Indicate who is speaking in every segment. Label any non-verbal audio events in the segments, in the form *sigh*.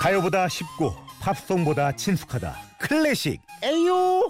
Speaker 1: 가요보다 쉽고 팝송보다 친숙하다 클래식 에요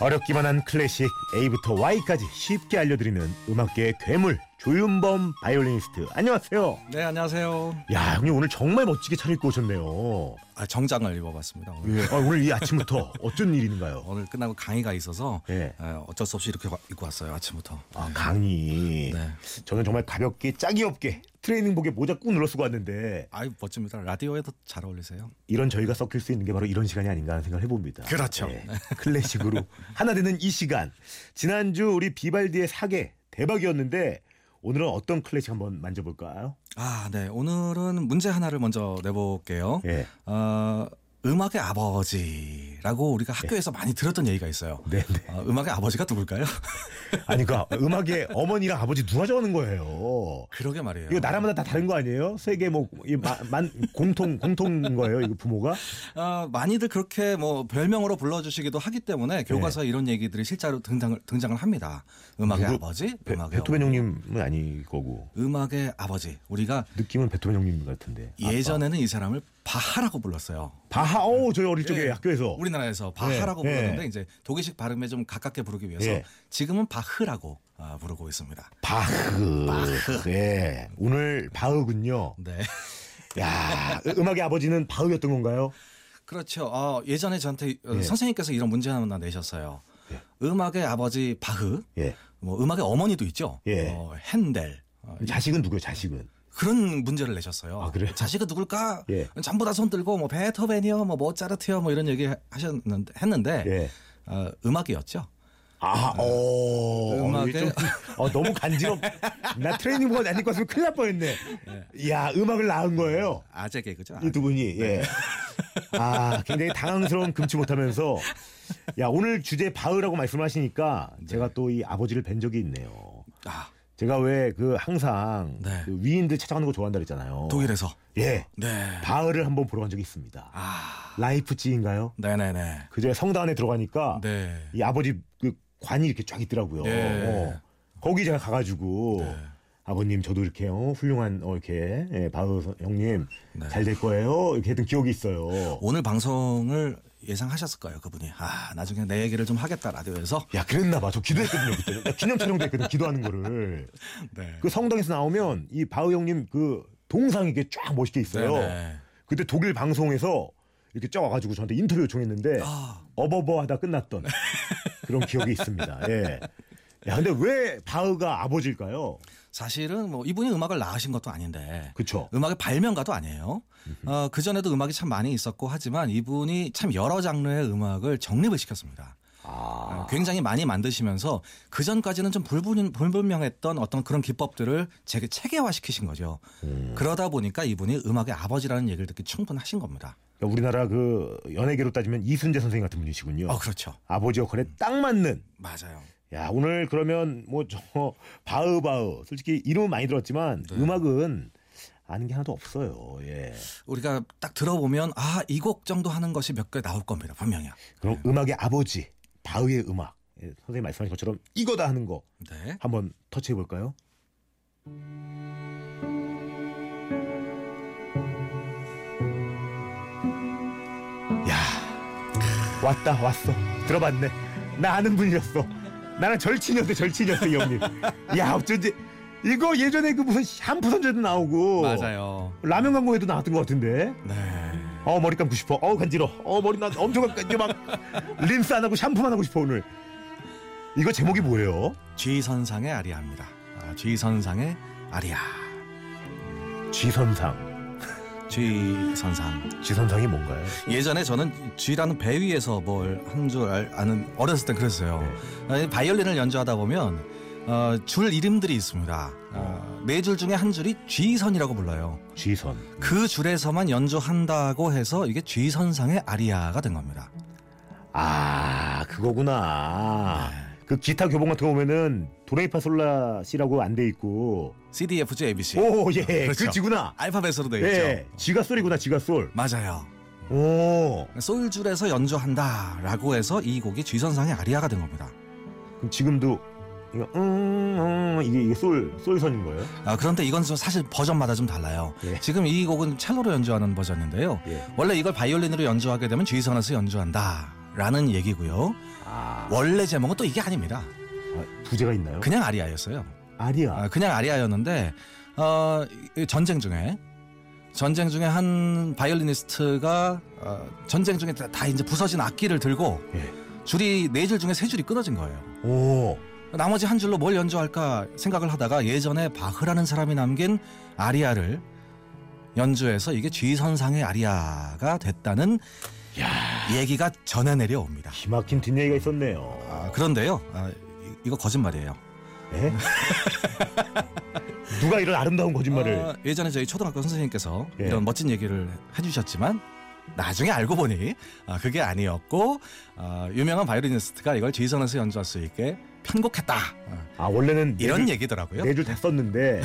Speaker 1: 어렵기만 한 클래식 A부터 Y까지 쉽게 알려드리는 음악계의 괴물 조윤범 바이올리니스트 안녕하세요
Speaker 2: 네 안녕하세요.
Speaker 1: 야 형님 오늘 정말 멋지게 차려입고 오셨네요
Speaker 2: 아, 정장을 입어봤습니다. 오늘,
Speaker 1: 예, 아, 오늘 이 아침부터 어쩐 일인가요
Speaker 2: 오늘 끝나고 강의가 있어서
Speaker 1: 예.
Speaker 2: 에, 어쩔 수 없이 이렇게 와- 입고 왔어요 아침부터.
Speaker 1: 아 강의
Speaker 2: 네.
Speaker 1: 저는 정말 가볍게 짝이 없게 트레이닝복에 모자 꾹 눌러 쓰고 왔는데
Speaker 2: 아유 멋집니다. 라디오에도 잘 어울리세요.
Speaker 1: 이런 저희가 섞일 수 있는 게 바로 이런 시간이 아닌가 하는 생각을 해봅니다.
Speaker 2: 그렇죠.
Speaker 1: 예, 클래식으로 *laughs* 하나 되는 이 시간. 지난주 우리 비발디의 사계 대박이었는데 오늘은 어떤 클래식 한번 만져볼까요?
Speaker 2: 아 네 오늘은 문제 하나를 먼저 내볼게요.
Speaker 1: 예.
Speaker 2: 어, 음악의 아버지라고 우리가 학교에서 많이 들었던 얘기가 있어요.
Speaker 1: 네, 예. 네.
Speaker 2: 어, 음악의 아버지가 누굴까요? *laughs*
Speaker 1: 아니, 그니까 음악의 어머니랑 아버지 누가 정하는 거예요?
Speaker 2: 그러게 말이에요.
Speaker 1: 이거 나라마다 다 다른 거 아니에요? 세계 뭐, 이 마- 만, 공통, 공통인 거예요, 이거 부모가?
Speaker 2: 아, 많이들 그렇게 뭐 별명으로 불러주시기도 하기 때문에 교과서에 이런 얘기들이 실제로 등장을, 등장을 합니다. 음악의
Speaker 1: 네. 누구- 네,
Speaker 2: 아버지,
Speaker 1: 베,
Speaker 2: 음악의
Speaker 1: 베토벤
Speaker 2: 어머니.
Speaker 1: 형님은 아닐 거고.
Speaker 2: 음악의 아버지. 우리가
Speaker 1: 느낌은 베토벤 형님 같은데. 아빠.
Speaker 2: 예전에는 이 사람을 바하라고 불렀어요.
Speaker 1: 바하, 오, 저희 어릴 적에
Speaker 2: 예,
Speaker 1: 학교에서.
Speaker 2: 우리나라에서 바하라고
Speaker 1: 네,
Speaker 2: 불렀는데
Speaker 1: 네.
Speaker 2: 이제 독일식 발음에 좀 가깝게 부르기 위해서
Speaker 1: 예.
Speaker 2: 지금은 바흐라고 아, 부르고 있습니다.
Speaker 1: 바흐. 예. 오늘 바흐군요.
Speaker 2: 네. *laughs*
Speaker 1: 야, 으- 음악의 아버지는 바흐였던 건가요?
Speaker 2: 그렇죠. 어, 예전에 저한테 어,
Speaker 1: 예.
Speaker 2: 선생님께서 이런 문제 하나 내셨어요.
Speaker 1: 예.
Speaker 2: 음악의 아버지 바흐,
Speaker 1: 예.
Speaker 2: 뭐 음악의 어머니도 있죠.
Speaker 1: 예.
Speaker 2: 어, 핸델. 어,
Speaker 1: 자식은 누구예요? 자식은.
Speaker 2: 그런 문제를 내셨어요.
Speaker 1: 아, 그래요?
Speaker 2: 자식은 누굴까?
Speaker 1: 예.
Speaker 2: 전부 다 손 들고 뭐 베토벤이요, 뭐 모차르트요, 뭐 이런 얘기 하셨는데 했는데
Speaker 1: 예.
Speaker 2: 어, 음악이었죠.
Speaker 1: 아, 오.
Speaker 2: 음악의-
Speaker 1: 좀,
Speaker 2: *laughs*
Speaker 1: 어, 너무 간지럽. 나 트레이닝복 안 입고 왔으면 큰일 날 뻔했네. 이야, 음악을 낳은 거예요.
Speaker 2: 아재 개그죠. 아재.
Speaker 1: 이 두 분이. 예.
Speaker 2: 네.
Speaker 1: 아, 굉장히 당황스러운 금치 못하면서. 야, 오늘 주제 바흐라고 말씀하시니까
Speaker 2: 네.
Speaker 1: 제가 또 이 아버지를 뵌 적이 있네요.
Speaker 2: 아,
Speaker 1: 제가 왜 그 항상
Speaker 2: 네.
Speaker 1: 그 위인들 찾아가는 거 좋아한다 그랬잖아요.
Speaker 2: 독일에서.
Speaker 1: 예.
Speaker 2: 네.
Speaker 1: 바흐를 한번 보러 간 적이 있습니다.
Speaker 2: 아,
Speaker 1: 라이프치인가요?
Speaker 2: 네네네.
Speaker 1: 그제 성당 안에 들어가니까
Speaker 2: 네.
Speaker 1: 이 아버지 그 관이 이렇게 쫙 있더라고요.
Speaker 2: 네.
Speaker 1: 어. 거기 제가 가가지고 아버님 저도 이렇게 어, 훌륭한 어, 이렇게 예, 바흐 선- 형님
Speaker 2: 네.
Speaker 1: 잘 될 거예요 이렇게 했던 기억이 있어요.
Speaker 2: 오늘 방송을 예상하셨을 거예요, 그분이. 아, 나중에 내 얘기를 좀 하겠다, 라디오에서.
Speaker 1: 야 그랬나 봐. 저 기도했거든요 그때. 나 기념 촬영도 했거든 기도하는 거를.
Speaker 2: 네.
Speaker 1: 그 성당에서 나오면 이 바흐 형님 그 동상 이게 쫙 멋있게 있어요.
Speaker 2: 네네.
Speaker 1: 그때 독일 방송에서 이렇게 쫙 와가지고 저한테 인터뷰 요청했는데
Speaker 2: 아,
Speaker 1: 어버버 하다 끝났던 그런 기억이 있습니다. 예. 야, 근데 왜 바흐가 아버지일까요?
Speaker 2: 사실은 뭐 이분이 음악을 낳으신 것도 아닌데.
Speaker 1: 그쵸?
Speaker 2: 음악의 발명가도 아니에요. 어, 그 전에도 음악이 참 많이 있었고 하지만 이분이 참 여러 장르의 음악을 정립을 시켰습니다.
Speaker 1: 아.
Speaker 2: 어, 굉장히 많이 만드시면서 그 전까지는 좀 불분, 불분명했던 어떤 그런 기법들을 제, 체계화시키신 거죠.
Speaker 1: 음.
Speaker 2: 그러다 보니까 이분이 음악의 아버지라는 얘기를 듣기 충분하신 겁니다.
Speaker 1: 그러니까 우리나라 그 연예계로 따지면 이순재 선생님 같은 분이시군요.
Speaker 2: 어, 그렇죠.
Speaker 1: 아버지 역할에 딱 맞는.
Speaker 2: 맞아요.
Speaker 1: 야, 오늘 그러면 뭐 저 바흐바흐. 솔직히 이름은 많이 들었지만
Speaker 2: 네.
Speaker 1: 음악은 아는 게 하나도 없어요. 예.
Speaker 2: 우리가 딱 들어보면 아, 이 곡 정도 하는 것이 몇 개 나올 겁니다. 분명히.
Speaker 1: 그럼 음악의 아버지, 바흐의 음악. 예, 선생님 말씀하신 것처럼 이거다 하는 거
Speaker 2: 네.
Speaker 1: 한번 터치해 볼까요? 야 왔다 왔어 들어봤네 나 아는 분이었어 나랑 절친이었어 절친이었어 이 형님 야 어쩐지 이거 예전에 그 무슨 샴푸 선전도 나오고
Speaker 2: 맞아요.
Speaker 1: 라면 광고에도 나왔던 것 같은데
Speaker 2: 네.
Speaker 1: 어 머리 감고 싶어 어 간지러 어 머리 나 엄청 감- 이제 막 *laughs* 린스 안 하고 샴푸만 하고 싶어 오늘 이거 제목이 뭐예요?
Speaker 2: G선상의 아리아입니다. 아, G선상의 아리아.
Speaker 1: 쥐선상
Speaker 2: G선상.
Speaker 1: 쥐선상이 뭔가요?
Speaker 2: 예전에 저는 쥐라는 배 위에서 뭘 한 줄 아는 어렸을 땐 그랬어요. 아니, 바이올린을 연주하다 보면 어, 줄 이름들이 있습니다. 네 줄 중에 한 줄이 G선이라고 불러요.
Speaker 1: 쥐선
Speaker 2: 그 줄에서만 연주한다고 해서 이게 G선상의 아리아가 된 겁니다.
Speaker 1: 아 그거구나 그 기타 교본 같은 거 보면은 도레미파솔라시라고 안 돼 있고
Speaker 2: CDFG ABC.
Speaker 1: 오예
Speaker 2: 그렇죠. 네,
Speaker 1: 그 쥐구나
Speaker 2: 알파벳으로 되어 있죠.
Speaker 1: 예 쥐가 솔이구나 쥐가
Speaker 2: 맞아요.
Speaker 1: 솔오
Speaker 2: 솔 줄에서 연주한다라고 해서 이 곡이 G선상의 아리아가 된 겁니다.
Speaker 1: 그럼 지금도 이거 음, 음 이게, 이게 솔 솔선인 거예요.
Speaker 2: 아, 그런데 이건 좀 사실 버전마다 좀 달라요.
Speaker 1: 예.
Speaker 2: 지금 이 곡은 첼로로 연주하는 버전인데요.
Speaker 1: 예.
Speaker 2: 원래 이걸 바이올린으로 연주하게 되면 주의선에서 연주한다라는 얘기고요.
Speaker 1: 아,
Speaker 2: 원래 제목은 또 이게 아닙니다.
Speaker 1: 아, 부제가 있나요?
Speaker 2: 그냥 아리아였어요.
Speaker 1: 아리아.
Speaker 2: 아, 그냥 아리아였는데 어, 이 전쟁 중에 전쟁 중에 한 바이올리니스트가 어, 전쟁 중에 다, 다 이제 부서진 악기를 들고
Speaker 1: 예.
Speaker 2: 줄이 네 줄 중에 세 줄이 끊어진 거예요.
Speaker 1: 오.
Speaker 2: 나머지 한 줄로 뭘 연주할까 생각을 하다가 예전에 바흐라는 사람이 남긴 아리아를 연주해서 이게 G선상의 아리아가 됐다는 얘기가 전해 내려옵니다.
Speaker 1: 기막힌 뒷얘기가 있었네요.
Speaker 2: 아, 그런데요, 아, 이- 이거 거짓말이에요. *laughs*
Speaker 1: 예? 누가 이런 아름다운 거짓말을?
Speaker 2: 어, 예전에 저희 초등학교 선생님께서
Speaker 1: 예.
Speaker 2: 이런 멋진 얘기를 해주셨지만 나중에 알고 보니 아, 그게 아니었고 아, 유명한 바이올리니스트가 이걸 G선에서 연주할 수 있게 편곡했다 아,
Speaker 1: 아 원래는
Speaker 2: 이런
Speaker 1: 네 줄-
Speaker 2: 얘기더라고요.
Speaker 1: 네줄
Speaker 2: *laughs*
Speaker 1: 됐었는데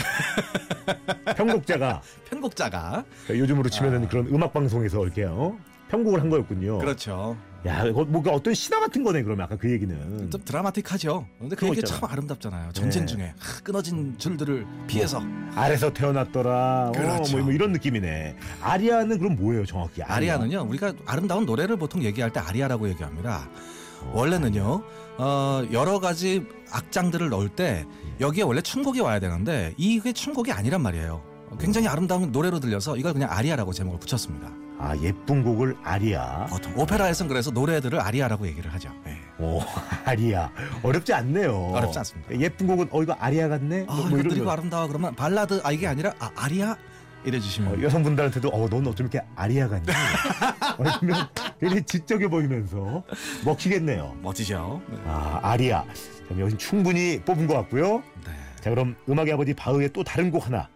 Speaker 1: 편곡자가
Speaker 2: 편곡자가
Speaker 1: 요즘으로 치면은 그런 음악 방송에서 이렇게 어? 편곡을 한 거였군요.
Speaker 2: 아. 그렇죠.
Speaker 1: 야, 이거 뭔가 어떤 신화 같은 거네 그러면 아까 그 얘기는.
Speaker 2: 좀 드라마틱하죠. 근데 그
Speaker 1: 그거
Speaker 2: 얘기
Speaker 1: 있잖아.
Speaker 2: 참 아름답잖아요. 전쟁
Speaker 1: 네. 음.
Speaker 2: 중에 하, 끊어진 줄들을 피해서
Speaker 1: 아래서 태어났더라.
Speaker 2: 그렇죠.
Speaker 1: 어, 뭐, 뭐 이런 느낌이네. 아리아는 그럼 뭐예요, 정확히? 아리아.
Speaker 2: 아리아는요. 우리가 아름다운 노래를 보통 얘기할 때 아리아라고 얘기합니다. 원래는요. 어, 여러 가지 악장들을 넣을 때 여기에 원래 춤곡이 와야 되는데 이게 춤곡이 아니란 말이에요. 굉장히 아름다운 노래로 들려서 이걸 그냥 아리아라고 제목을 붙였습니다.
Speaker 1: 아, 예쁜 곡을 아리아.
Speaker 2: 보통 오페라에서는 그래서 노래들을 아리아라고 얘기를 하죠. 예.
Speaker 1: 오, *laughs* 아리아. 어렵지 않네요.
Speaker 2: 어렵지 않습니다.
Speaker 1: 예쁜 곡은 어 이거 아리아 같네.
Speaker 2: 아,
Speaker 1: 뭐, 뭐
Speaker 2: 이거
Speaker 1: 이런
Speaker 2: 들리고
Speaker 1: 거.
Speaker 2: 아름다워 그러면 발라드 아 이게 아니라 아, 아리아 이래
Speaker 1: 어,
Speaker 2: 주시면
Speaker 1: 여성분들한테도 어, 넌 어쩜 이렇게 아리아 같니?
Speaker 2: *laughs*
Speaker 1: 그러면 굉장히 지적해 보이면서 먹히겠네요.
Speaker 2: 멋지죠. 네.
Speaker 1: 아, 아리아. 그럼 여기 충분히 뽑은 것 같고요.
Speaker 2: 네.
Speaker 1: 자, 그럼 음악의 아버지 바흐의 또 다른 곡 하나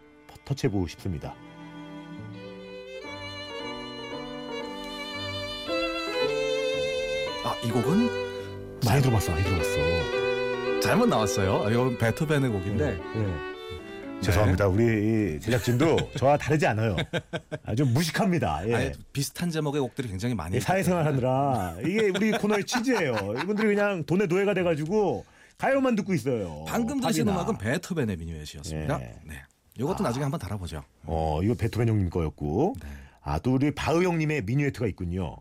Speaker 1: 터치해보고 싶습니다.
Speaker 2: 아, 이 곡은
Speaker 1: 많이 들어봤어, 많이 들어봤어.
Speaker 2: 잘못 나왔어요. 이건 베토벤의 곡인데
Speaker 1: 음. 네. 죄송합니다. 우리 이 제작진도 저와 다르지 않아요. 아주 무식합니다. 예.
Speaker 2: 아예 비슷한 제목의 곡들이 굉장히 많이
Speaker 1: 이 사회생활
Speaker 2: 있기 때문에.
Speaker 1: 하느라 이게 우리 코너의 취지예요. 이분들이 그냥 돈의 노예가 돼가지고 가요만 듣고 있어요.
Speaker 2: 방금 들으신
Speaker 1: 팝이나.
Speaker 2: 음악은 베토벤의 미뉴엣이었습니다.
Speaker 1: 예.
Speaker 2: 네. 이것도 나중에 한번 달아보죠.
Speaker 1: 어 이거 베토벤 형님 거였고
Speaker 2: 네.
Speaker 1: 아 또 우리 바흐 형님의 미뉴에트가 있군요.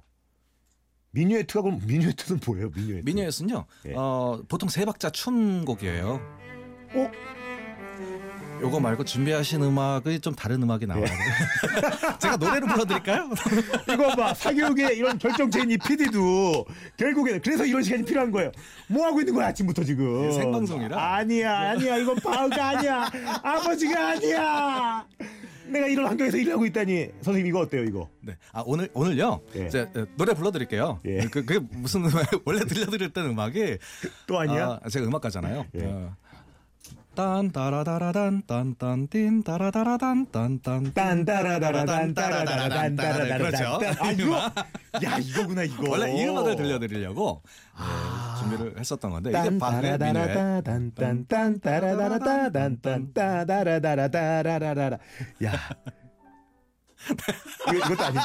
Speaker 1: 미뉴에트가 그럼 미뉴에트는 뭐예요? 미뉴에트.
Speaker 2: 미뉴엣은요.
Speaker 1: 예.
Speaker 2: 어, 보통 세 박자 춤곡이에요.
Speaker 1: 어?
Speaker 2: 요거 말고 준비하신 음악이 좀 다른 음악이 나와요.
Speaker 1: 예.
Speaker 2: *laughs* 제가 노래를
Speaker 1: *laughs*
Speaker 2: 불러드릴까요?
Speaker 1: 이거 봐 사교육의 이런 결정체인 이 PD도 결국에는 그래서 이런 시간이 필요한 거예요. 뭐 하고 있는 거야 아침부터 지금?
Speaker 2: 예, 생방송이라.
Speaker 1: 아니야 아니야 이건 바흐가 아니야 아버지가 아니야. 내가 이런 환경에서 일하고 있다니 선생님 이거 어때요 이거?
Speaker 2: 네. 아 오늘 오늘요.
Speaker 1: 예.
Speaker 2: 이제 어, 노래 불러드릴게요.
Speaker 1: 예.
Speaker 2: 그, 그게 무슨 음악? *laughs* 원래 들려드렸던 음악이
Speaker 1: 또 아니야?
Speaker 2: 아, 제가 음악가잖아요.
Speaker 1: 예.
Speaker 2: 어. 딴 따라다라단 딴딴딘 따라다라단 딴딴
Speaker 1: 딴따라다라단 따라다라단 따라다라단
Speaker 2: 그렇죠.
Speaker 1: 아 이거 야 이거구나 이거
Speaker 2: 원래 이 음악을 들려드리려고
Speaker 1: 아.
Speaker 2: 예, 준비를 했었던 건데 이게 바흐의 그러니까 미녀의
Speaker 1: 딴따라다라다단딴딴따라다라다단딴따라다라다라라라라 야
Speaker 2: *laughs*
Speaker 1: 이거- 이것도 아니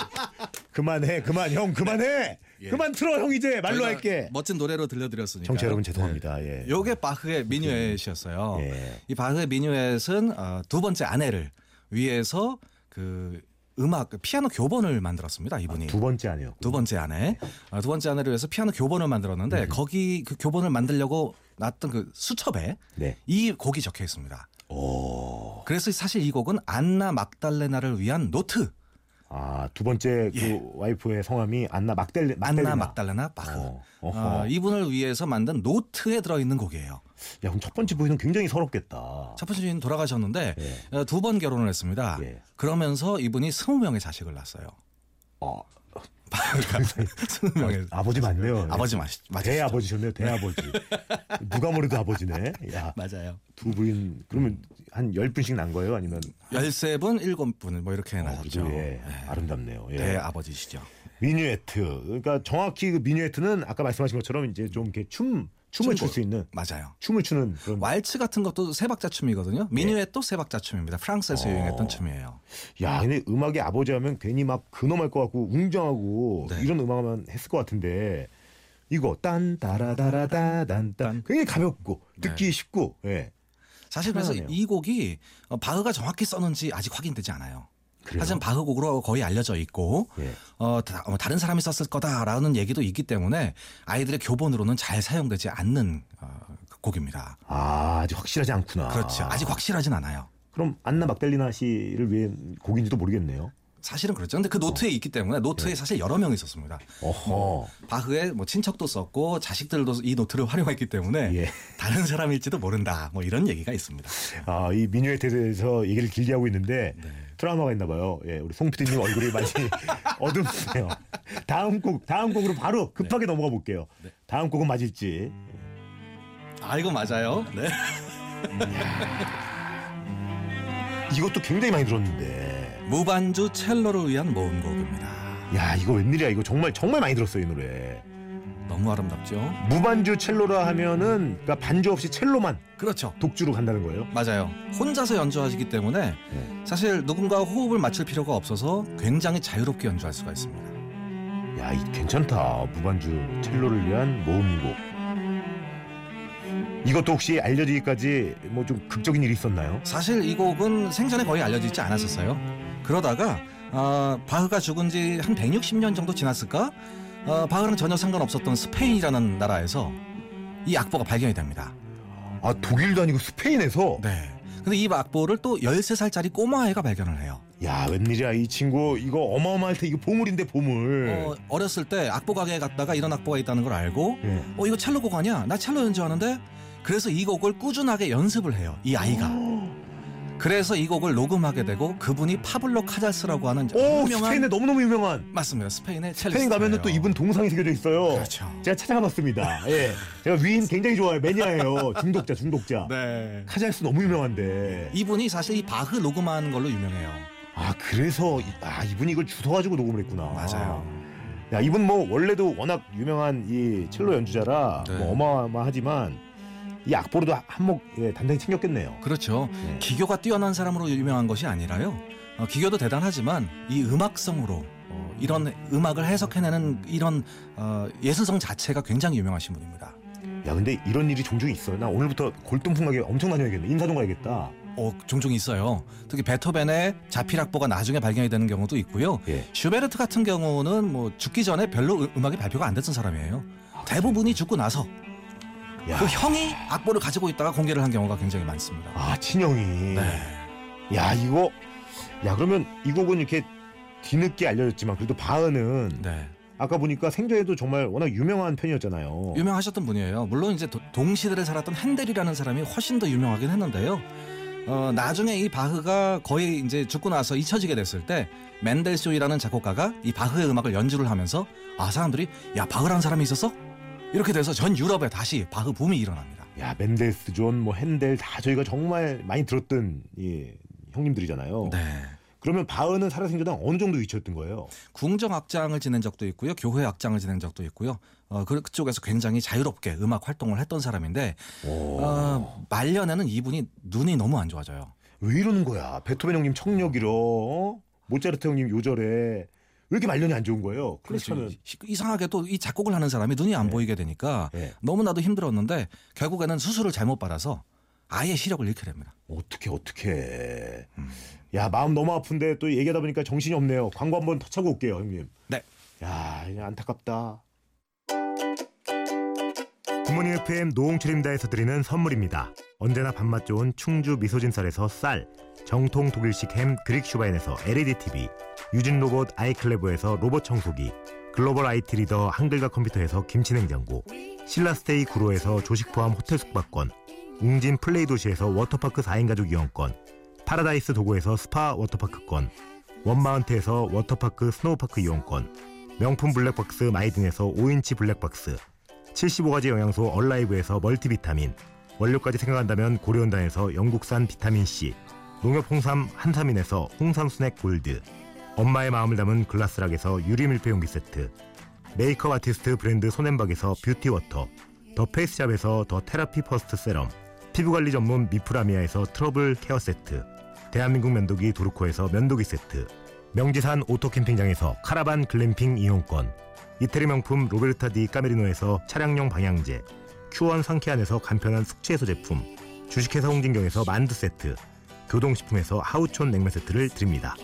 Speaker 1: 그만해 그만 형 그만해
Speaker 2: 예.
Speaker 1: 그만 틀어 형 이제 말로 할게
Speaker 2: 멋진 노래로 들려드렸으니까
Speaker 1: 청취자 여러분 죄송합니다 예
Speaker 2: 네. 요게 바흐의 미뉴엣이었어요.
Speaker 1: 예.
Speaker 2: 이 바흐의 미뉴엣은 어, 두 번째 아내를 위해서 그 음악 피아노 교본을 만들었습니다. 이분이
Speaker 1: 두 번째 아니요
Speaker 2: 두 번째 아내 아, 두 번째 아내를 위해서 피아노 교본을 만들었는데
Speaker 1: 네.
Speaker 2: 거기 그 교본을 만들려고 놨던 그 수첩에
Speaker 1: 네.
Speaker 2: 이 곡이 적혀 있습니다.
Speaker 1: 네오아두
Speaker 2: 그래서 사실 이 곡은 안나 막달레나를 위한 노트
Speaker 1: 번째 그 와이프의 성함이 안나 막델레
Speaker 2: 예.
Speaker 1: 막델레나.
Speaker 2: 안나 막달레나 바흐
Speaker 1: 어, 어허.
Speaker 2: 아, 이분을 위해서 만든 노트에 들어있는 곡이에요.
Speaker 1: 야, 그럼 첫 번째 부인은 굉장히 서럽겠다.
Speaker 2: 첫 번째 인 돌아가셨는데 어,
Speaker 1: 예.
Speaker 2: 두 번 결혼을 했습니다.
Speaker 1: 예.
Speaker 2: 그러면서 이분이 스무 명의 자식을 낳았어요. *laughs*
Speaker 1: 어,
Speaker 2: 스무 명의
Speaker 1: 아버지 맞네요.
Speaker 2: 아버지 마시, 맞으시죠?
Speaker 1: 대아버지셨네요,
Speaker 2: *laughs*
Speaker 1: 대아버지. 누가 뭐래도 아버지네. 야,
Speaker 2: 맞아요.
Speaker 1: 두 부인, 그러면 한 열분씩난 거예요? 아니면?
Speaker 2: 열세 분, 일곱 분 뭐 이렇게 낳았죠.
Speaker 1: 그래도 예, 아름답네요. 예.
Speaker 2: 대 아버지시죠.
Speaker 1: 미뉴에트. 그러니까 정확히 그 미뉴에트는 아까 말씀하신 것처럼 이제 좀 이렇게 춤, 춤을 출 수 있는,
Speaker 2: 맞아요.
Speaker 1: 춤을 추는 그런.
Speaker 2: 왈츠 같은 것도 세 박자
Speaker 1: 예.
Speaker 2: 춤이거든요. 미뉴엣 도세 박자 춤입니다.
Speaker 1: 어.
Speaker 2: 프랑스에서 유행했던 춤이에요.
Speaker 1: 야, 근데 음악의 아버지 하면 괜히 막 근엄할 것 같고 웅장하고
Speaker 2: 네.
Speaker 1: 이런 음악만 했을 것 같은데 이거 딴 따라다라다 단딴 굉장히 가볍고
Speaker 2: 네.
Speaker 1: 듣기 쉽고 예.
Speaker 2: 사실 그래서
Speaker 1: 편하네요.
Speaker 2: 이 곡이 어, 바흐가 정확히 썼는지 아직 확인되지 않아요.
Speaker 1: 그래요?
Speaker 2: 하지만 바흐 곡으로 거의 알려져 있고
Speaker 1: 예.
Speaker 2: 어, 다, 른 사람이 썼을 거다라는 얘기도 있기 때문에 아이들의 교본으로는 잘 사용되지 않는 어, 곡입니다.
Speaker 1: 아, 아직 확실하지 않구나.
Speaker 2: 그렇죠. 아직 확실하진 않아요.
Speaker 1: 그럼 안나 막달리나 씨를 위해 곡인지도 모르겠네요.
Speaker 2: 사실은 그렇죠. 근데 그
Speaker 1: 어.
Speaker 2: 노트에 있기 때문에
Speaker 1: 예.
Speaker 2: 노트에 사실 여러 명이 있었습니다.
Speaker 1: 어허.
Speaker 2: 바흐의 뭐 친척도 썼고 자식들도 이 노트를 *laughs* 활용했기 때문에
Speaker 1: 예.
Speaker 2: 다른 사람일지도 모른다. 뭐 이런 얘기가 있습니다.
Speaker 1: 아, 이 민요에 대해서 얘기를 길게 하고 있는데 트라우마가 있나 봐요. 예, 우리 송 PD님 얼굴이 많이 어둡네요. 다음 곡, 다음 곡으로 바로 급하게 넘어가 볼게요. 다음 곡은 맞을지.
Speaker 2: 아 이거 맞아요. 네.
Speaker 1: 이것도 굉장히 많이 들었는데.
Speaker 2: 무반주 첼로를 위한 모음곡입니다.
Speaker 1: 야, 이거 웬일이야. 이거 정말 정말 많이 들었어요, 이 노래.
Speaker 2: 너무 아름답죠?
Speaker 1: 무반주 첼로라 하면은 그러니까 반주 없이 첼로만
Speaker 2: 그렇죠.
Speaker 1: 독주로 간다는 거예요.
Speaker 2: 맞아요. 혼자서 연주하시기 때문에
Speaker 1: 네.
Speaker 2: 사실 누군가 호흡을 맞출 필요가 없어서 굉장히 자유롭게 연주할 수가 있습니다.
Speaker 1: 야, 이 괜찮다. 무반주 첼로를 위한 모음곡. 이것도 혹시 알려지기까지 뭐 좀 극적인 일이 있었나요?
Speaker 2: 사실 이 곡은 생전에 거의 알려지지 않았었어요. 그러다가 아, 바흐가 죽은 지 한 160년 정도 지났을까? 아, 바흐랑 전혀 상관없었던 스페인이라는 나라에서 이 악보가 발견이 됩니다.
Speaker 1: 아 독일도 아니고 스페인에서
Speaker 2: 네. 근데 이 악보를 또 13살짜리 꼬마아이가 발견을 해요.
Speaker 1: 네. 야 웬일이야 이 친구 이거 어마어마할 테 이거 보물인데 보물
Speaker 2: 어, 어렸을 때 악보 가게에 갔다가 이런 악보가 있다는 걸 알고
Speaker 1: 예.
Speaker 2: 어 이거 첼로 곡 아니야? 나 첼로 연주하는데 그래서 이 곡을 꾸준하게 연습을 해요. 이 아이가. 그래서 이 곡을 녹음하게 되고 그분이 파블로 카잘스라고 하는
Speaker 1: 오
Speaker 2: 유명한
Speaker 1: 스페인에 너무너무 유명한
Speaker 2: 맞습니다. 스페인의 첼리스트.
Speaker 1: 스페인 가면은 또 이분 동상이 새겨져 있어요
Speaker 2: 그렇죠.
Speaker 1: 제가 찾아가봤습니다 예 제가 위인 굉장히 좋아해요 매니아예요 중독자 중독자
Speaker 2: 네.
Speaker 1: 카잘스 너무 유명한데
Speaker 2: 이분이 사실 이 바흐 녹음한 걸로 유명해요.
Speaker 1: 아 그래서 이- 아 이분이 이걸 주워가지고 녹음을 했구나
Speaker 2: 맞아요.
Speaker 1: 야 이분 뭐 원래도 워낙 유명한 이 첼로 연주자라
Speaker 2: 네.
Speaker 1: 뭐 어마어마하지만 이 악보로도 한몫 예, 단단히 챙겼겠네요
Speaker 2: 그렇죠.
Speaker 1: 네.
Speaker 2: 기교가 뛰어난 사람으로 유명한 것이 아니라요. 어, 기교도 대단하지만 이 음악성으로 어, 이런 음악을 해석해내는 이런 어, 예술성 자체가 굉장히 유명하신 분입니다.
Speaker 1: 야 근데 이런 일이 종종 있어요. 나 오늘부터 골동품가게 엄청 다녀야겠네. 인사동 가야겠다.
Speaker 2: 어, 종종 있어요. 특히 베토벤의 자필악보가 나중에 발견이 되는 경우도 있고요.
Speaker 1: 예.
Speaker 2: 슈베르트 같은 경우는 뭐 죽기 전에 별로 음- 음악이 발표가 안 됐던 사람이에요. 대부분이 죽고 나서
Speaker 1: 야,
Speaker 2: 그 형이 악보를 가지고 있다가 공개를 한 경우가 굉장히 많습니다.
Speaker 1: 아 친형이.
Speaker 2: 네.
Speaker 1: 야 이거 야 그러면 이 곡은 이렇게 뒤늦게 알려졌지만 그래도 바흐는
Speaker 2: 네.
Speaker 1: 아까 보니까 생전에도 정말 워낙 유명한 편이었잖아요.
Speaker 2: 유명하셨던 분이에요. 물론 이제 도- 동시대를 살았던 핸델이라는 사람이 훨씬 더 유명하긴 했는데요. 어, 나중에 이 바흐가 거의 이제 죽고 나서 잊혀지게 됐을 때 맨델쇼이라는 작곡가가 이 바흐의 음악을 연주를 하면서 아 사람들이 야 바흐라는 사람이 있었어? 이렇게 돼서 전 유럽에 다시 바흐 붐이 일어납니다.
Speaker 1: 야 멘델스 존, 뭐 핸델 다 저희가 정말 많이 들었던 예, 형님들이잖아요.
Speaker 2: 네.
Speaker 1: 그러면 바흐는 살아생전에 어느 정도 위치였던 거예요?
Speaker 2: 궁정 악장을 지낸 적도 있고요, 교회 악장을 지낸 적도 있고요. 어, 그- 그쪽에서 굉장히 자유롭게 음악 활동을 했던 사람인데
Speaker 1: 오.
Speaker 2: 어, 말년에는 이분이 눈이 너무 안 좋아져요.
Speaker 1: 왜 이러는 거야? 베토벤 형님 청력이로, 어? 모차르트 형님 요절에 왜 이렇게 말년이 안 좋은 거예요? 그렇다면
Speaker 2: 그렇죠. 이- 이상하게 또 이 작곡을 하는 사람이 눈이
Speaker 1: 네.
Speaker 2: 안 보이게 되니까
Speaker 1: 예.
Speaker 2: 너무나도 힘들었는데 결국에는 수술을 잘못 받아서 아예 시력을 잃게 됩니다.
Speaker 1: 어떻게 어떻게? 야 마음 너무 아픈데 또 얘기하다 보니까 정신이 없네요. 광고 한번 터차고 올게요, 형님.
Speaker 2: 네.
Speaker 1: 야 그냥 안타깝다. 굿모닝 FM 노홍철입니다에서 드리는 선물입니다. 언제나 밥맛 좋은 충주 미소진쌀에서 쌀, 정통 독일식 햄 그릭 슈바인에서 LED TV, 유진 로봇 아이클레보에서 로봇 청소기, 글로벌 IT 리더 한글과 컴퓨터에서 김치냉장고, 신라스테이 구로에서 조식 포함 호텔 숙박권, 웅진 플레이 도시에서 워터파크 4인 가족 이용권, 파라다이스 도고에서 스파 워터파크권, 원마운트에서 워터파크 스노우파크 이용권, 명품 블랙박스 마이딘에서 5인치 블랙박스, 75가지 영양소 얼라이브에서 멀티비타민, 원료까지 생각한다면 고려온단에서 영국산 비타민C, 농협 홍삼 한삼인에서 홍삼 스낵 골드, 엄마의 마음을 담은 글라스락에서 유리 밀폐용기 세트, 메이크업 아티스트 브랜드 손앤박에서 뷰티워터 더 페이스샵에서 더 테라피 퍼스트 세럼 피부관리 전문 미프라미아에서 트러블 케어 세트 대한민국 면도기 도르코에서 면도기 세트 명지산 오토캠핑장에서 카라반 글램핑 이용권
Speaker 3: 이태리 명품 로베르타 디 까메리노에서 차량용 방향제, 큐원 상쾌한에서 간편한 숙취해소 제품, 주식회사 홍진경에서 만두 세트, 교동식품에서 하우촌 냉면 세트를 드립니다.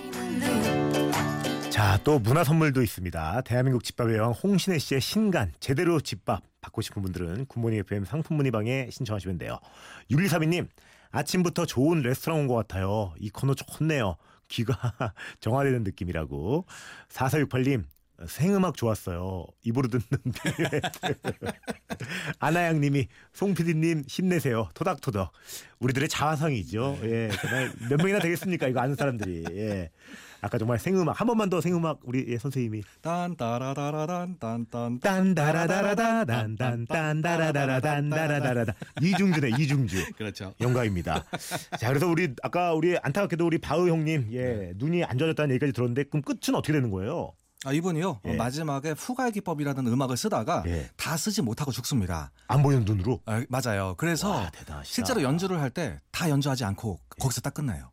Speaker 1: 자, 또 문화 선물도 있습니다. 대한민국 집밥의 여왕 홍신혜 씨의 신간 제대로 집밥 받고 싶은 분들은 굿모닝 FM 상품 문의방에 신청하시면 돼요. 6132님, 아침부터 좋은 레스토랑 온 것 같아요. 이 코너 좋네요. 귀가 *laughs* 정화되는 느낌이라고. 4468님, 생음악 좋았어요. 입으로 듣는 *laughs* 비밀. 아나양님이 송PD님 힘내세요. 토닥토닥. 우리들의 자화상이죠. 예, 정말 몇 명이나 되겠습니까? 이거 아는 사람들이. 예. 아까 정말 생음악 한 번만 더 생음악 우리 예, 선생님이
Speaker 2: 딴따라라라란 딴딴
Speaker 1: 딴다라다라다 딴딴 딴다라다라 딴다라다라다 이중주네 이중주.
Speaker 2: 그렇죠.
Speaker 1: *laughs* 영광입니다. 자, 그래서 우리 아까 우리 안타깝게도 우리 바흐 형님 예 눈이 안 좋아졌다는 얘기까지 들었는데 그럼 끝은 어떻게 되는 거예요?
Speaker 2: 아 이분이요
Speaker 1: 예.
Speaker 2: 마지막에 후갈 기법이라는 음악을 쓰다가
Speaker 1: 예.
Speaker 2: 다 쓰지 못하고 죽습니다.
Speaker 1: 안 보이는 눈으로.
Speaker 2: 아, 맞아요. 그래서
Speaker 1: 와, 대단하시다. 예.
Speaker 2: 실제로 연주를 할 때 다 연주하지 않고 거기서
Speaker 1: *gasps*
Speaker 2: 딱 끝나요.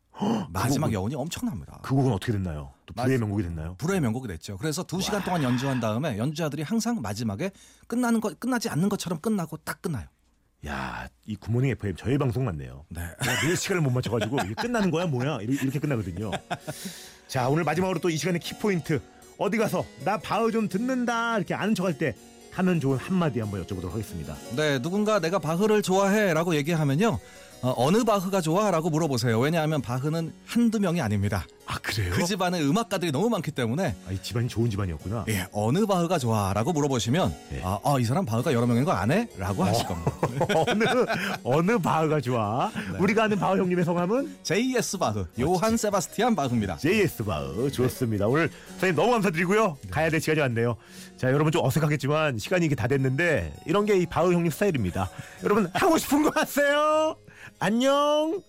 Speaker 2: 마지막 여운이 엄청납니다.
Speaker 1: 그 곡은 어떻게 됐나요? 또 불의 명곡이 됐나요?
Speaker 2: 불후의 명곡이 됐죠. 그래서 두 시간 동안 연주한 다음에 연주자들이 항상 마지막에 끝나는 것 끝나지 않는 것처럼 끝나고 딱 끝나요.
Speaker 1: 야, 이 굿모닝 FM 저희 방송 맞네요.
Speaker 2: 네.
Speaker 1: 내가 늘 시간을 못 맞춰가지고 이게 끝나는 거야 뭐야 이렇게, 이렇게 끝나거든요. 자 오늘 마지막으로 또 이 시간의 키포인트 어디 가서 나 바흐 좀 듣는다 이렇게 아는 척할 때 하면 좋은 한마디 한번 여쭤보도록 하겠습니다.
Speaker 2: 네, 누군가 내가 바흐를 좋아해라고 얘기하면요. 어, 느 바흐가 좋아라고 물어보세요. 왜냐하면 바흐는 한두 명이 아닙니다.
Speaker 1: 아 그래요?
Speaker 2: 그 집안에 음악가들이 너무 많기 때문에
Speaker 1: 아, 이 집안이 좋은 집안이었구나.
Speaker 2: 예, 어느 바흐가 좋아라고 물어보시면
Speaker 1: 예. 어.
Speaker 2: 아, 아, 이 사람 바흐가 여러 명인 거 안 해? 라고 하실 겁니다.
Speaker 1: *laughs* 어느 어느 바흐가 좋아? 우리가 아는 바흐 형님의 성함은
Speaker 2: JS 바흐, 요한 세바스티안 바흐입니다.
Speaker 1: J.S. 바흐 좋습니다. 오늘 선생님 너무 감사드리고요. 가야 될 시간이 왔네요. 자 여러분 좀 어색하겠지만 시간이 이게 다 됐는데 이런 게 이 바흐 형님 스타일입니다. 여러분 하고 싶은 거 하세요. 안녕.